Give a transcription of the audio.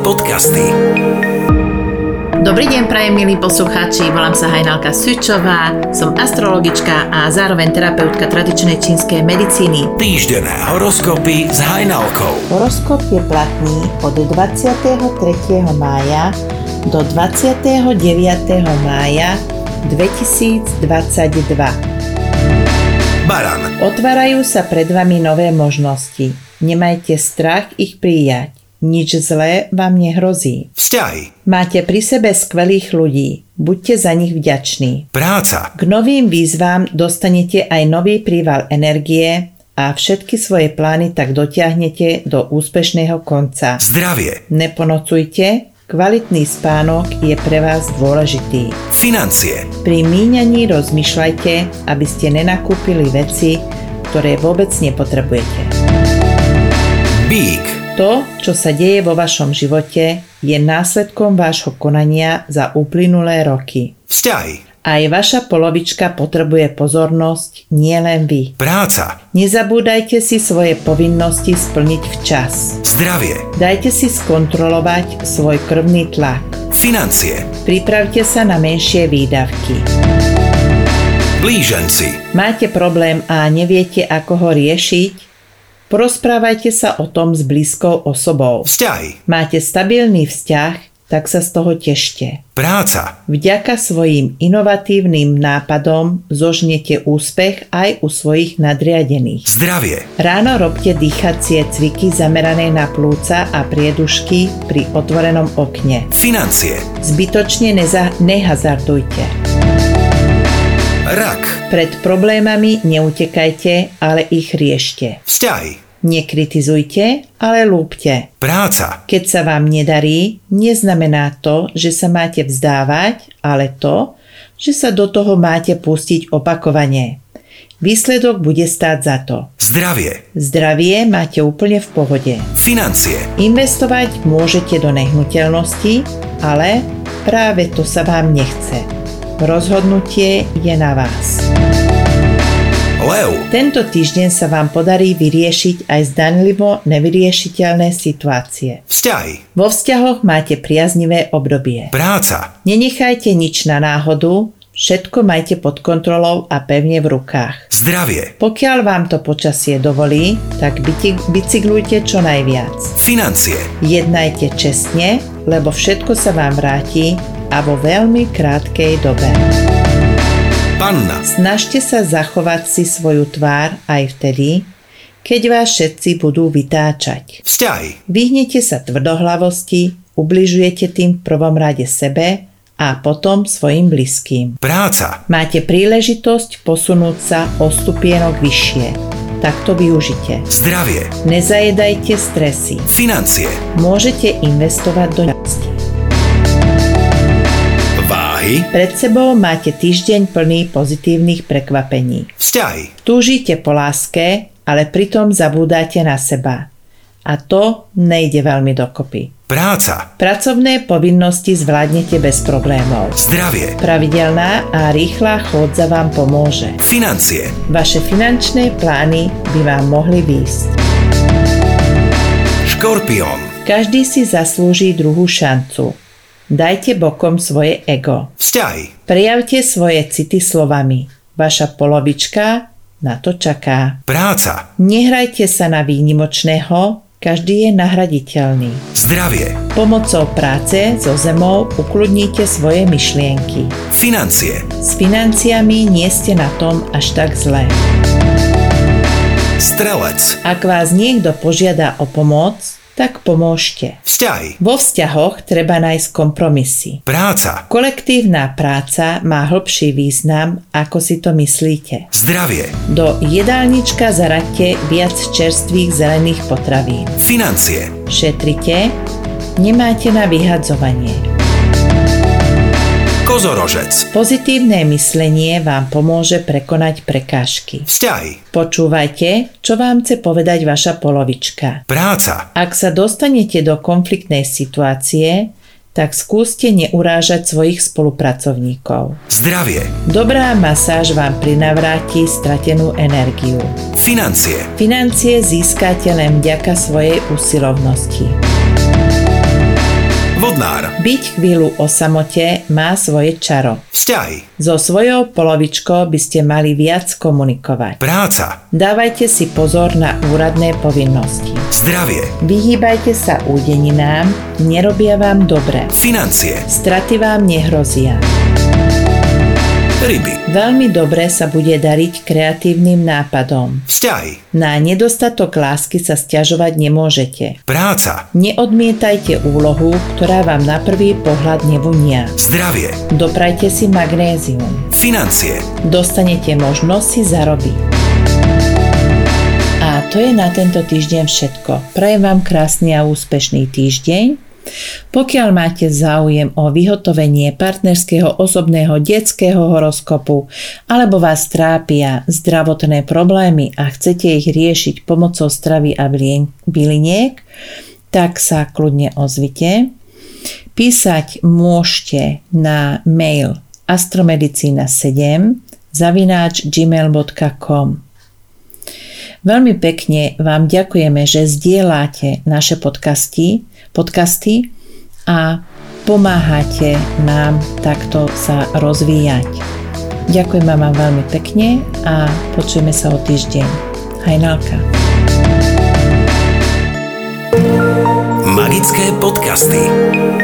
podcasty. Dobrý deň, prajem milí poslucháči, volám sa Hajnalka Sučová, som astrologička a zároveň terapeutka tradičnej čínskej medicíny. Týždené horoskopy s Hajnalkou. Horoskop je platný od 23. mája do 29. mája 2022. Baran, Otvárajú sa pred vami nové možnosti. Nemajte strach ich prijať. Nič zlé vám nehrozí. vzťahy, Máte pri sebe skvelých ľudí. Buďte za nich vďační. práca, K novým výzvám dostanete aj nový príval energie a všetky svoje plány tak dotiahnete do úspešného konca. zdravie, Neponocujte, kvalitný spánok je pre vás dôležitý. financie, Pri míňaní rozmýšľajte, aby ste nenakúpili veci, ktoré vôbec nepotrebujete. bík, To, čo sa deje vo vašom živote, je následkom vášho konania za uplynulé roky. vzťahy, Aj vaša polovička potrebuje pozornosť, nielen vy. práca, Nezabúdajte si svoje povinnosti splniť včas. zdravie, Dajte si skontrolovať svoj krvný tlak. financie, Pripravte sa na menšie výdavky. blíženci, Máte problém a neviete, ako ho riešiť? Porozprávajte sa o tom s blízkou osobou. vzťahy, Máte stabilný vzťah, tak sa z toho tešte. práca, Vďaka svojim inovatívnym nápadom zožnete úspech aj u svojich nadriadených. zdravie, Ráno robte dýchacie cviky zamerané na plúca a priedušky pri otvorenom okne. financie, Zbytočne neza- nehazardujte. rak, Pred problémami neutekajte, ale ich riešte. vzťahy, Nekritizujte, ale lúpte. práca, Keď sa vám nedarí, neznamená to, že sa máte vzdávať, ale to, že sa do toho máte pustiť opakovane. Výsledok bude stáť za to. zdravie, Zdravie máte úplne v pohode. financie, Investovať môžete do nehnuteľnosti, ale práve to sa vám nechce. Rozhodnutie je na vás. lev, Tento týždeň sa vám podarí vyriešiť aj zdanlivo nevyriešiteľné situácie. vzťahy, Vo vzťahoch máte priaznivé obdobie. práca, Nenechajte nič na náhodu, všetko majte pod kontrolou a pevne v rukách. zdravie, Pokiaľ vám to počasie dovolí, tak byti- bicyklujte čo najviac. financie, Jednajte čestne, lebo všetko sa vám vráti a vo veľmi krátkej dobe. panna, Snažte sa zachovať si svoju tvár aj vtedy, keď vás všetci budú vytáčať. vzťahy, Vyhnete sa tvrdohlavosti, ubližujete tým v prvom rade sebe a potom svojim blízkym. práca, Máte príležitosť posunúť sa o stupienok vyššie. Takto využite. zdravie, Nezajedajte stresy. financie, Môžete investovať do časti. váhy, Pred sebou máte týždeň plný pozitívnych prekvapení. vzťahy, Túžite po láske, ale pritom zabúdate na seba. A to nejde veľmi dokopy. práca, Pracovné povinnosti zvládnete bez problémov. zdravie, Pravidelná a rýchla chôdza vám pomôže. financie, Vaše finančné plány by vám mohli výjsť. škorpión, Každý si zaslúži druhú šancu. Dajte bokom svoje ego. vzťahy, Prejavte svoje city slovami. Vaša polovička na to čaká. práca, Nehrajte sa na výnimočného, každý je nahraditeľný. zdravie, Pomocou práce so zemou ukludnite svoje myšlienky. financie, S financiami nie ste na tom až tak zle. strelec, Ak vás niekto požiada o pomoc, tak pomôžte. vzťahy, Vo vzťahoch treba nájsť kompromisy. práca, Kolektívna práca má hlbší význam, ako si to myslíte. zdravie, Do jedálnička zaraďte viac čerstvých zelených potravín. financie, Šetrite, nemáte na vyhadzovanie. kozorožec, Pozitívne myslenie vám pomôže prekonať prekážky. vzťahy, Počúvajte, čo vám chce povedať vaša polovička. práca, Ak sa dostanete do konfliktnej situácie, tak skúste neurážať svojich spolupracovníkov. zdravie, Dobrá masáž vám prinavráti stratenú energiu. financie, Financie získate len vďaka svojej usilovnosti. Vodnár. Byť chvíľu o samote má svoje čaro. Vzťahy. So svojou polovičkou by ste mali viac komunikovať. Práca. Dávajte si pozor na úradné povinnosti. Zdravie. Vyhýbajte sa údeninám, nerobia vám dobre. Financie. Straty vám nehrozia. Ryby. Veľmi dobre sa bude dariť kreatívnym nápadom. Vzťahy. Na nedostatok lásky sa stiažovať nemôžete. Práca. Neodmietajte úlohu, ktorá vám na prvý pohľad nevunia. Zdravie. Doprajte si magnézium. Financie. Dostanete možnosť si zarobiť. A to je na tento týždeň všetko. Prajem vám krásny a úspešný týždeň. Pokiaľ máte záujem o vyhotovenie partnerského osobného detského horoskopu alebo vás trápia zdravotné problémy a chcete ich riešiť pomocou stravy a bylien- byliniek, tak sa kľudne ozvite. Písať môžete na mail astromedicina7 zavináč gmail.com Veľmi pekne vám ďakujeme, že zdieľate naše podcasty, podcasty a pomáhate nám takto sa rozvíjať. Ďakujem vám veľmi pekne a počujeme sa o týždeň. Hajnalka. Magické podcasty.